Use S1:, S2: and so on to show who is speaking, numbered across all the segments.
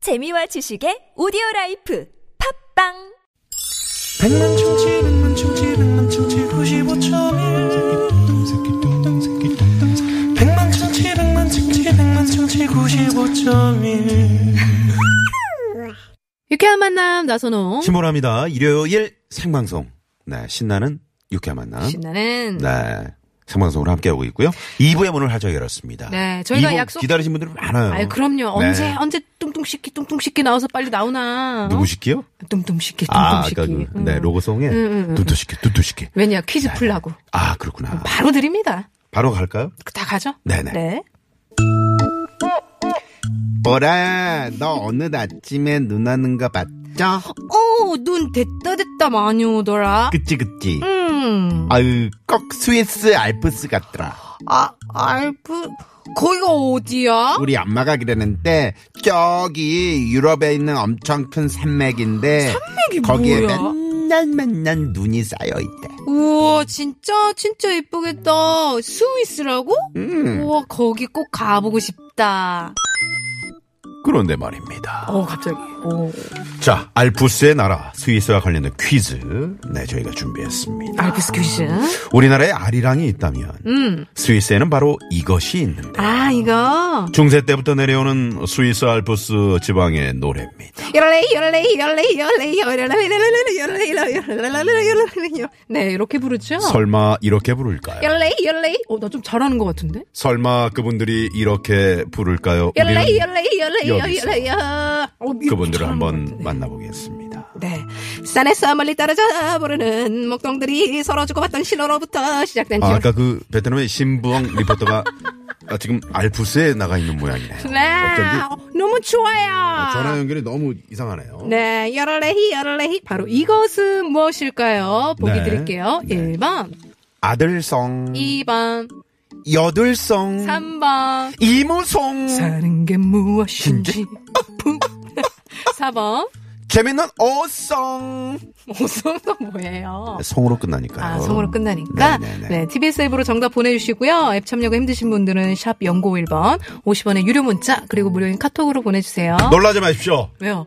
S1: 재미와 지식의 오디오 라이프 팝빵
S2: 백만 충치 백만 충치 백만 충치 구십오점일 백만 충치 백만 충치 백만 충치 구십오점일
S3: 유쾌한 만남 나선홍
S4: 신보라입니다. 일요일 생방송. 네, 신나는 육회 만남.
S3: 신나는 네,
S4: 네. 생방송으로 함께하고 있고요. 2부의 문을 활짝 열었습니다.
S3: 네, 저희가
S4: 2부
S3: 약속
S4: 기다리신 분들 많아요.
S3: 아유 그럼요 언제
S4: 네.
S3: 언제 뚱뚱식기 뚱뚱식기 나와서 빨리 나오나
S4: 누구시키요?
S3: 뚱뚱식기
S4: 아,
S3: 뚱뚱식기
S4: 아까 그, 네,
S3: 음.
S4: 로고송에
S3: 음, 음, 음.
S4: 뚜뚜시키, 뚜뚜시키.
S3: 왜냐 퀴즈 풀라고
S4: 아, 그렇구나.
S3: 바로 드립니다
S4: 바로 갈까요?
S3: 다 가죠
S4: 네네.
S3: 네
S4: 보라, 너 오늘 아침에 눈 하는 거 봤죠?
S3: 오, 눈 됐다 됐다 많이 오더라
S4: 그치, 그치.
S3: 음,
S4: 아유, 꼭 스위스 알프스 같더라.
S3: 아, 알프 거기가 어디야?
S4: 우리 안마가 그러는데 저기 유럽에 있는 엄청 큰 산맥인데
S3: 산맥이
S4: 거기에
S3: 뭐야?
S4: 맨날 맨날 눈이 쌓여 있대.
S3: 우와 진짜 진짜 예쁘겠다 스위스라고?
S4: 음,
S3: 우와 거기 꼭 가보고 싶다
S4: 그런데 말입니다.
S3: 어 갑자기 오.
S4: 자, 알프스의 나라 스위스와 관련된 퀴즈, 네 저희가 준비했습니다.
S3: 알프스 퀴즈
S4: 우리나라에 아리랑이 있다면
S3: 아. 음.
S4: 스위스에는 바로 이것이 있는데.
S3: 아, 이거.
S4: 중세 때부터 내려오는 스위스 알프스 지방의 노래입니다.
S3: 요럴레, 요럴레, 요럴레, 요럴레, 요럴레, 요럴레, 요럴레, 요럴레, 요럴레, 요럴레, 요럴레. 네, 이렇게 부르죠?
S4: 설마 이렇게 부를까요?
S3: 열레 열레 어, 나 좀 잘하는 것 같은데?
S4: 설마 그분들이 이렇게 부를까요?
S3: 열레
S4: 우리는
S3: 열레 열레 열레
S4: 네. 여기서.
S3: 열레 여. 어, 이렇게
S4: 그분들을
S3: 잘하는 것
S4: 한번
S3: 같은데.
S4: 만나보겠습니다.
S3: 네. 산에서 멀리 떨어져 부르는 목동들이 서로 주고받던 신호로부터 시작된
S4: 아,
S3: 지원.
S4: 아까 그 베트남의 신부왕 리포터가 아, 지금 알프스에 나가 있는 모양이네요.
S3: 네.
S4: 어쩐지
S3: 어, 너무 좋아요.
S4: 전화 연결이 너무 이상하네요.
S3: 네, 열레히 열레히 바로 이것은 무엇일까요? 보기
S4: 네.
S3: 드릴게요.
S4: 네.
S3: 1번,
S4: 아들성,
S3: 2번,
S4: 여들성,
S3: 3번.
S4: 이모성,
S3: 사는 게 무엇인지. 품. 4번.
S4: 재밌는 어성.
S3: 오성도 뭐예요?
S4: 성으로 끝나니까요.
S3: 아, 성으로 끝나니까.
S4: 어. 네, 네, 네.
S3: 네, TBS 앱으로 정답 보내주시고요. 앱 참여가 힘드신 분들은 샵 051번, 50원의 유료 문자, 그리고 무료인 카톡으로 보내주세요.
S4: 놀라지 마십시오.
S3: 왜요?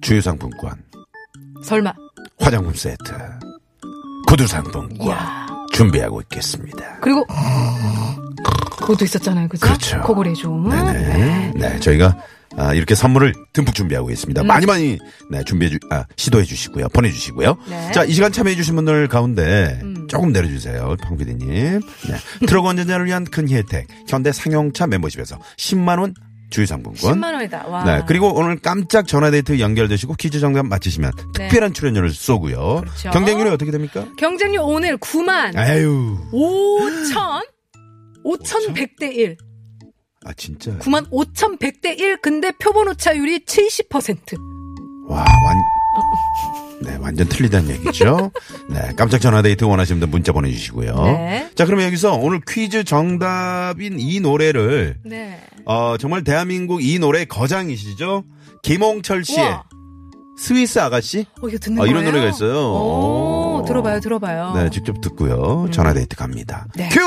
S4: 주유 상품권,
S3: 설마.
S4: 화장품 세트, 구두 상품권 준비하고 있겠습니다.
S3: 그리고, 그것도 있었잖아요. 그죠?
S4: 그렇죠.
S3: 코골이 좀.
S4: 네, 네, 저희가 아, 이렇게 선물을 듬뿍 준비하고
S3: 음.
S4: 있습니다. 많이 많이 네, 준비해 주, 아, 시도해 주시고요. 보내 주시고요.
S3: 네. 음.
S4: 자, 이 시간 참여해 주신 분들 가운데 조금 내려 주세요. 황피디 님. 네. 트럭 운전자를 위한 큰 혜택. 현대 상용차 멤버십에서 10만 원 주유 상품권.
S3: 10만원이다. 와.
S4: 네. 그리고 오늘 깜짝 전화 데이트 연결되시고 퀴즈 정답 맞히시면 특별한 출연료를 쏘고요.
S3: 네. 그렇죠. 네.
S4: 경쟁률이 어떻게 됩니까?
S3: 경쟁률 오늘 9만
S4: 아유.
S3: 5천 5,100대 1.
S4: 아, 진짜.
S3: 9만 5,100대 1. 근데 표본 오차율이 70%.
S4: 와, 완. 네, 완전 틀리다는 얘기죠. 네, 깜짝 전화 데이트 원하시는 분들 문자 보내주시고요.
S3: 네.
S4: 자, 그러면 여기서 오늘 퀴즈 정답인 이 노래를,
S3: 네.
S4: 어, 정말 대한민국 이 노래 거장이시죠? 김홍철 씨의
S3: 우와.
S4: 스위스 아가씨?
S3: 어, 이거 듣는
S4: 아,
S3: 거예요?
S4: 이런 노래가 있어요.
S3: 오,
S4: 오.
S3: 들어봐요, 들어봐요. 음.
S4: 네, 직접 듣고요. 전화 데이트 갑니다.
S3: 네.
S4: 큐!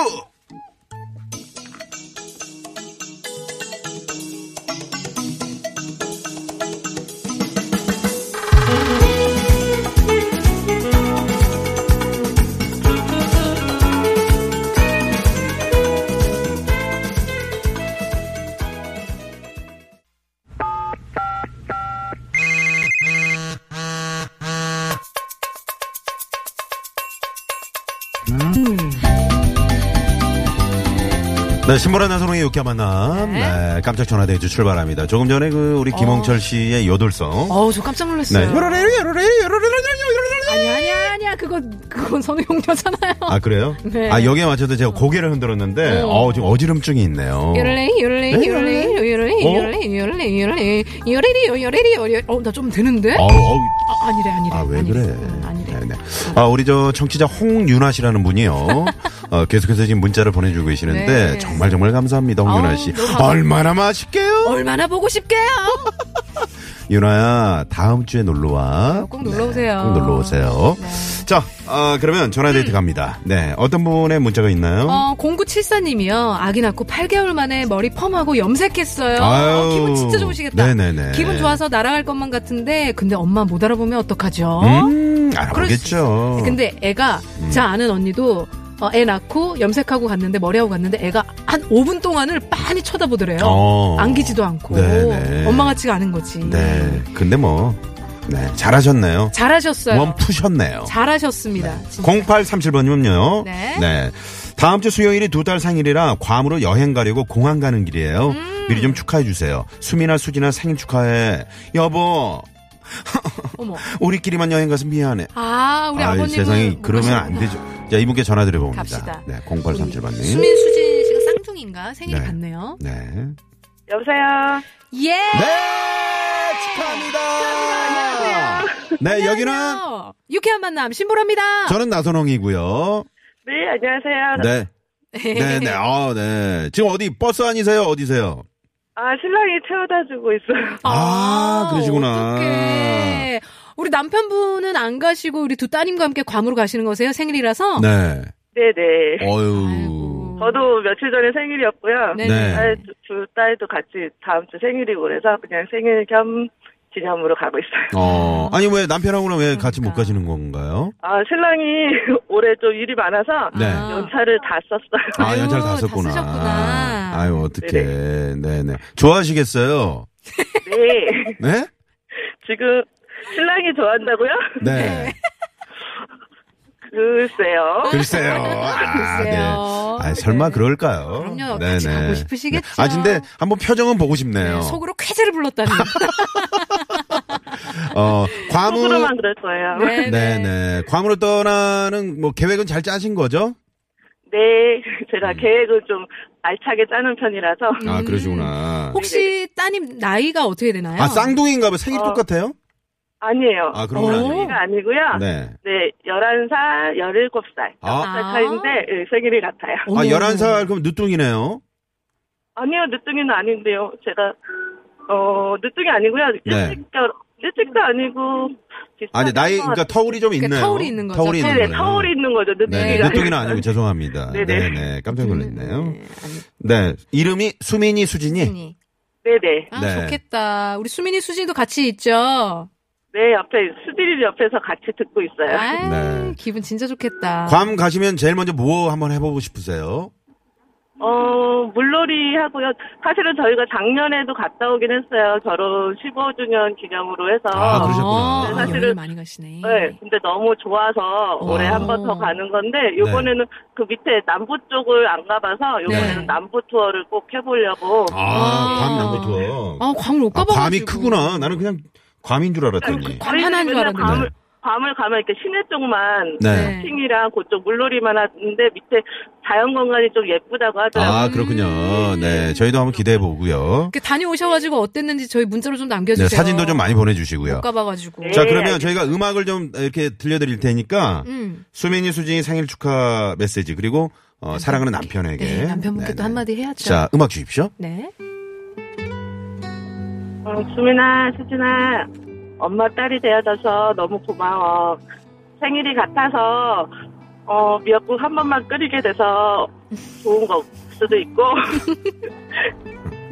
S4: 네, 신보라 나선홍의 유쾌한 만남. 네, 깜짝 전화 데이트 출발합니다. 조금 전에 그 우리 김홍철 씨의 여돌성.
S3: 어. 어우, 저 깜짝
S4: 네.
S3: 놀랐어요.
S4: 요로레, 요로레, 요로레, 요로레.
S3: 아니야, 아니야, 아니야. 그거, 그건 선우용 여잖아요.
S4: 아 그래요?
S3: 네. 음.
S4: 아 여기에 맞춰서 제가 고개를 흔들었는데 어 지금 어지럼증이 있네요.
S3: 요럴레, 요럴레,
S4: 네?
S3: 요럴레, 요럴레,
S4: 어?
S3: 요럴레, 요럴레, 요럴레, 요래리요, 요래리요, 요래- 어, 나 좀 되는데?
S4: 어우, 어우,
S3: 아, 아니래, 아니래.
S4: 아, 왜
S3: 아니래.
S4: 그래?
S3: 음, 아니래.
S4: 네, 네. 아, 우리 저 청취자 홍윤아 씨라는 분이요. 어, 계속해서 지금 문자를 보내주고 계시는데
S3: 네.
S4: 정말 정말 감사합니다, 홍윤아
S3: 아우, 어?
S4: 씨.
S3: 너무 감사-
S4: 얼마나 맛있게요?
S3: 얼마나 보고 싶게요?
S4: 유나야, 다음 주에 놀러와.
S3: 꼭 놀러 오세요.
S4: 꼭 놀러 오세요.
S3: 네.
S4: 자, 아, 그러면 전화데이트 갑니다. 네. 어떤 분의 문자가 있나요?
S3: 음. 어, 0974님이요. 아기 낳고 8개월 만에 머리 펌하고 염색했어요.
S4: 아유.
S3: 어, 기분 진짜 좋으시겠다.
S4: 네네네.
S3: 기분 좋아서 날아갈 것만 같은데, 근데 엄마 못 알아보면 어떡하죠?
S4: 음,
S3: 그럴 수
S4: 알아보겠죠.
S3: 근데 애가, 자 아는 언니도, 어, 애 낳고 염색하고 갔는데, 머리하고 갔는데, 애가 한 5분 동안을 빤히 쳐다보더래요.
S4: 어.
S3: 안기지도 않고.
S4: 네네.
S3: 엄마 같지가 않은 거지.
S4: 네. 근데 뭐, 네. 잘하셨네요.
S3: 잘하셨어요.
S4: 원 푸셨네요.
S3: 잘하셨습니다. 진짜.
S4: 0837번님은요.
S3: 네.
S4: 다음 주 수요일이 두 딸 생일이라 괌으로 여행 가려고 공항 가는 길이에요.
S3: 음.
S4: 미리 좀 축하해 주세요. 수미나 수진아 생일 축하해. 여보,
S3: 어머.
S4: 우리끼리만 여행 가서 미안해.
S3: 아, 우리
S4: 아이,
S3: 아버님.
S4: 세상에 그러면 안 되죠. 자, 이분께 전화 드려 봅니다.
S3: 갑시다.
S4: 네, 0837번님.
S3: 수민 수진 씨가 쌍둥이인가 생일이
S4: 네.
S3: 같네요.
S4: 네.
S5: 여보세요.
S3: 예.
S4: 네, 축하합니다. 네, 여기는
S3: 안녕하세요. 유쾌한 만남 신보라입니다.
S4: 저는 나선홍이고요.
S5: 네, 안녕하세요.
S4: 네. 네, 네. 아, 네. 지금 어디 버스 아니세요? 어디세요?
S5: 아, 신랑이 태워다 주고 있어요.
S4: 아, 그러시구나.
S3: 어떡해. 우리 남편분은 안 가시고 우리 두 따님과 함께 괌으로 가시는 거세요? 생일이라서?
S4: 네.
S5: 네네.
S4: 어유.
S3: 아이고.
S5: 저도 며칠 전에 생일이었고요.
S3: 네.
S4: 네.
S5: 딸, 두, 두 딸도 같이 다음 주 생일이고 그래서 그냥 생일 겸 기념으로 가고 있어요.
S4: 어. 아니 왜 남편하고는 왜 같이 못
S3: 음. 그러니까.
S4: 가시는 건가요?
S5: 아, 신랑이 올해 좀 일이 많아서
S4: 네.
S3: 아.
S5: 연차를 다 썼어요.
S4: 아,
S3: 아유,
S4: 연차를
S3: 다
S4: 다 썼구나.
S3: 쓰셨구나.
S4: 아유, 어떡해. 네, 네. 좋아하시겠어요?
S5: 네.
S4: 네?
S5: 지금 신랑이 좋아한다고요?
S4: 네.
S5: 글쎄요.
S4: 글쎄요. 아, 네.
S3: 글쎄요.
S4: 아, 설마
S3: 네.
S4: 그럴까요?
S3: 그럼요. 같이 가고 싶으시겠죠.
S4: 네. 아, 근데 한번 표정은 보고 싶네요.
S3: 네, 속으로 쾌재를 불렀다는.
S4: 어, 과무
S5: 속으로만 그럴 거예요. 네.
S3: 네,
S4: 네, 네. 괌으로 떠나는 뭐 계획은 잘 짜신 거죠?
S5: 네. 제가 계획을 좀 알차게 짜는 편이라서.
S4: 아,
S3: 음.
S4: 그러시구나.
S3: 혹시 따님 나이가 어떻게 되나요?
S4: 아, 쌍둥이인가 봐요. 생일
S5: 어.
S4: 똑같아요?
S5: 아니에요.
S4: 아, 그런 건
S3: 어.
S4: 아니에요.
S5: 가 아니고요.
S4: 네.
S5: 네, 11살, 17살.
S4: 아,
S3: 아.
S5: 살 차이인데 예, 생일이 같아요.
S4: 아, 11살 그럼 늦둥이네요.
S5: 아니요, 늦둥이는 아닌데요. 제가 어 늦둥이 아니고요.
S4: 네.
S5: 일찍 결 일찍도 아니고
S4: 아니, 나이, 그러니까 터울이 좀 있네요.
S3: 터울이 있는 거죠.
S4: 터울이 있는
S5: 네네
S4: 거네요.
S5: 서울이 있는 거죠.
S4: 네,
S5: 늦둥이가
S4: 늦둥이는 아니고 죄송합니다. 네네.
S5: 네네.
S4: 깜짝 놀랐네요. 네, 이름이 수민이, 수진이.
S3: 수민이.
S5: 네네.
S3: 아,
S4: 네.
S3: 좋겠다. 우리 수민이 수진이도 같이 있죠.
S5: 네 옆에 수진이 옆에서 같이 듣고 있어요.
S3: 아,
S4: 네.
S3: 기분 진짜 좋겠다.
S4: 괌 가시면 제일 먼저 뭐 한번 해보고 싶으세요?
S5: 어 물놀이 하고요. 사실은 저희가 작년에도 갔다 오긴 했어요. 결혼 15주년 기념으로 해서.
S4: 아, 그러셨구나.
S3: 아,
S5: 네, 사실은-
S3: 여행을 많이 가시네.
S5: 네, 근데 너무 좋아서 올해
S4: 어.
S5: 한 번 더 가는 건데 이번에는 그 밑에 남부 쪽을 안 가봐서 이번에는
S3: 네.
S5: 남부 투어를 꼭 해보려고.
S4: 아,
S3: 아.
S4: 괌 남부 투어.
S3: 아, 괌을 못
S4: 아, 괌이
S3: 가봐가지고.
S4: 크구나. 나는 그냥 괌인 줄 알았더니.
S3: 그- 관만한 줄
S5: 맨날
S3: 알았는데.
S5: 밤을 밤을 가면 이렇게 시내 쪽만
S4: 네.
S5: 쇼핑이랑 그쪽 물놀이만 하는데 밑에 자연 공간이 좀 예쁘다고 하더라고요.
S4: 아,
S3: 음.
S4: 그렇군요. 네, 저희도 한번 기대해 보고요.
S3: 그 다녀오셔가지고 어땠는지 저희 문자로 좀 남겨주세요. 음.
S4: 네, 사진도 좀 많이 보내주시고요.
S3: 못 가봐가지고.
S5: 네.
S4: 자, 그러면
S5: 알겠습니다.
S4: 저희가 음악을 좀 이렇게 들려드릴 테니까
S3: 음.
S4: 수민이 수진이 생일 축하 메시지 그리고 어, 사랑하는 남편에게
S3: 네, 남편분께
S4: 네네.
S3: 또 한마디 해야죠.
S4: 자, 음악 주십시오.
S3: 네.
S5: 어, 수민아, 수진아, 엄마 딸이 되어줘서 너무 고마워. 생일이 같아서 어, 미역국 한 번만 끓이게 돼서 좋은 거 수도 있고.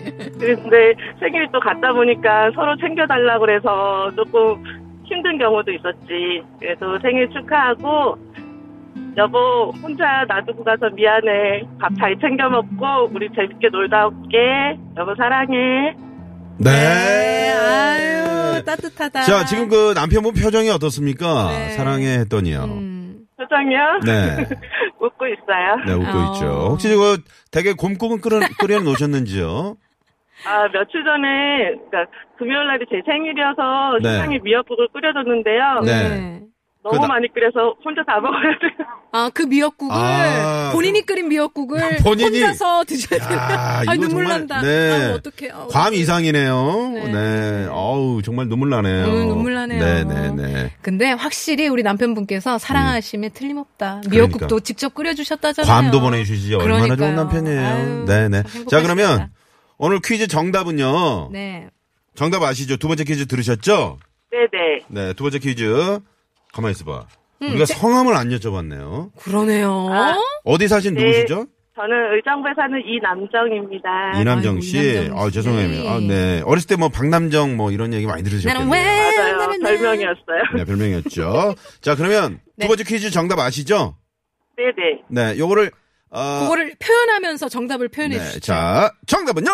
S5: 근데 생일이 또 같다 보니까 서로 챙겨달라 그래서 조금 힘든 경우도 있었지. 그래도 생일 축하하고 여보 혼자 놔두고 가서 미안해. 밥 잘 챙겨 먹고 우리 재밌게 놀다 올게. 여보 사랑해.
S4: 네.
S3: 아유, 따뜻하다.
S4: 자, 지금 그 남편분 표정이 어떻습니까?
S3: 네.
S4: 사랑해 했더니요.
S3: 음.
S5: 표정이요?
S4: 네.
S5: 웃고 있어요.
S4: 네, 웃고
S3: 어.
S4: 있죠. 혹시 이거 되게 곰국은 끓여, 끓여 놓으셨는지요?
S5: 아, 며칠 전에, 그니까, 금요일 날이 제 생일이어서,
S4: 네.
S5: 신랑이 미역국을 끓여줬는데요.
S4: 네.
S5: 너무
S4: 그다-
S5: 많이 끓여서 혼자 다 먹어야 돼요.
S3: 아, 그 미역국을,
S4: 아,
S3: 본인이 끓인 미역국을
S4: 본인이-
S3: 혼자서 드셔야 돼요.
S4: 야,
S3: 아,
S4: 이거
S3: 눈물
S4: 정말-
S3: 난다.
S4: 네.
S3: 아, 어떡해. 아,
S4: 괌 이상이네요.
S3: 네.
S4: 네. 어우, 정말 눈물 나네요.
S3: 음, 눈물 나네요.
S4: 네, 네, 네.
S3: 근데 확실히 우리 남편분께서 사랑하심에 틀림없다. 미역국도
S4: 음. 그러니까.
S3: 직접 끓여주셨다잖아요.
S4: 괌도 보내주시지 얼마나 좋은
S3: 그러니까요.
S4: 남편이에요.
S3: 아유,
S4: 네, 네.
S3: 행복하시겠다.
S4: 자, 그러면 오늘 퀴즈 정답은요.
S3: 네.
S4: 정답 아시죠? 두 번째 퀴즈 들으셨죠?
S5: 네네.
S4: 네, 두 번째 퀴즈. 가만히 있어봐.
S3: 음,
S4: 우리가 성함을 안 여쭤봤네요.
S3: 그러네요.
S5: 아,
S4: 어디 사신
S5: 네.
S4: 누구시죠?
S5: 저는 의정부에 사는 이남정입니다.
S4: 이남정
S3: 아이고,
S4: 씨.
S3: 이남정
S4: 아,
S3: 씨.
S4: 죄송해요. 아, 네. 어렸을 때 뭐 박남정 뭐 이런 얘기 많이
S3: 나는
S4: 들으셨겠네요.
S3: 왜?
S5: 맞아요.
S3: 나는 왜?
S5: 별명이었어요.
S4: 네, 별명이었죠. 자, 그러면
S3: 네.
S4: 두 번째 퀴즈 정답 아시죠?
S5: 네네.
S4: 네, 요거를 어,
S3: 그거를 표현하면서 정답을 표현해
S4: 네,
S3: 주시죠.
S4: 자, 정답은요?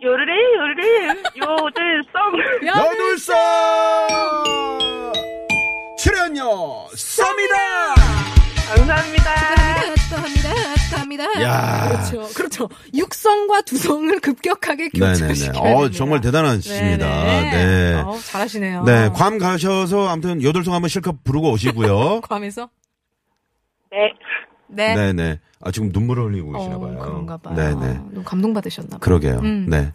S5: 요르르 요르르 요들성.
S3: 야,
S4: 여둘서 출연료 쏩니다.
S5: 감사합니다.
S3: 합니다, 합니다.
S4: 야.
S3: 그렇죠, 그렇죠. 육성과 두성을 급격하게
S4: 네네네.
S3: 교차시켜야
S4: 어
S3: 됩니다.
S4: 정말 대단하십니다.
S3: 네네.
S4: 네.
S3: 어우, 잘하시네요.
S4: 네, 괌 가셔서 아무튼 여돌송 한번 실컷 부르고 오시고요.
S3: 에서
S5: 네.
S3: 네.
S4: 네, 네. 아 지금 눈물을 흘리고
S3: 어,
S4: 계시나 봐요.
S3: 그런가 봐요.
S4: 네, 네.
S3: 너무 감동받으셨나 봐요.
S4: 그러게요.
S3: 음.
S4: 네.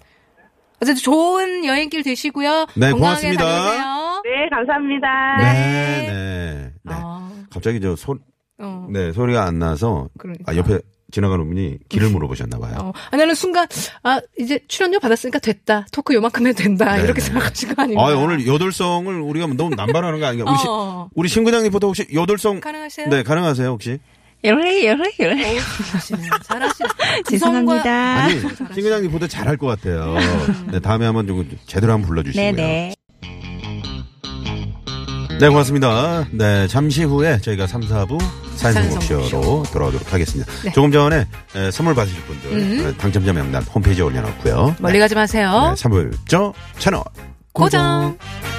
S3: 어쨌든 좋은 여행길 되시고요.
S4: 네,
S3: 건강하게
S4: 고맙습니다.
S3: 다녀오세요.
S5: 네, 감사합니다.
S4: 네, 네. 네.
S3: 아,
S4: 갑자기 저 소,
S3: 어.
S4: 네, 소리가 안 나서
S3: 그러니까.
S4: 아, 옆에 지나가는 분이 길을 물어보셨나 봐요.
S3: 어, 아니, 나는 순간, 아, 이제 출연료 받았으니까 됐다. 토크 요만큼 해도 된다.
S4: 네네.
S3: 이렇게 생각하신 거 아닌가.
S4: 아, 오늘 여돌성을 우리가 너무 남발하는 거 아닌가? 우리 시-
S3: 어,
S4: 우리 신근양 리포터 혹시 여돌성
S3: 가능하세요?
S4: 네 가능하세요 혹시?
S6: 요래 요래 요래
S3: 잘하시네요. 잘하시네요.
S6: 죄송합니다.
S4: 아니 신근양 리포터 잘할 것 같아요. 네 다음에 한번 좀 제대로 한번 불러주시고요.
S6: 네네.
S4: 네, 고맙습니다. 네 잠시 후에 저희가 3, 4부 사연성곡쇼로
S3: 사연성곡쇼.
S4: 돌아오도록 하겠습니다. 조금 전에 에, 선물 받으실 분들 에, 당첨자 명단 홈페이지에 올려놓고요.
S3: 뭐? 멀리 가지 마세요.
S4: 네, 3부 뵙죠. 채널
S3: 네, 고정.
S4: 고정.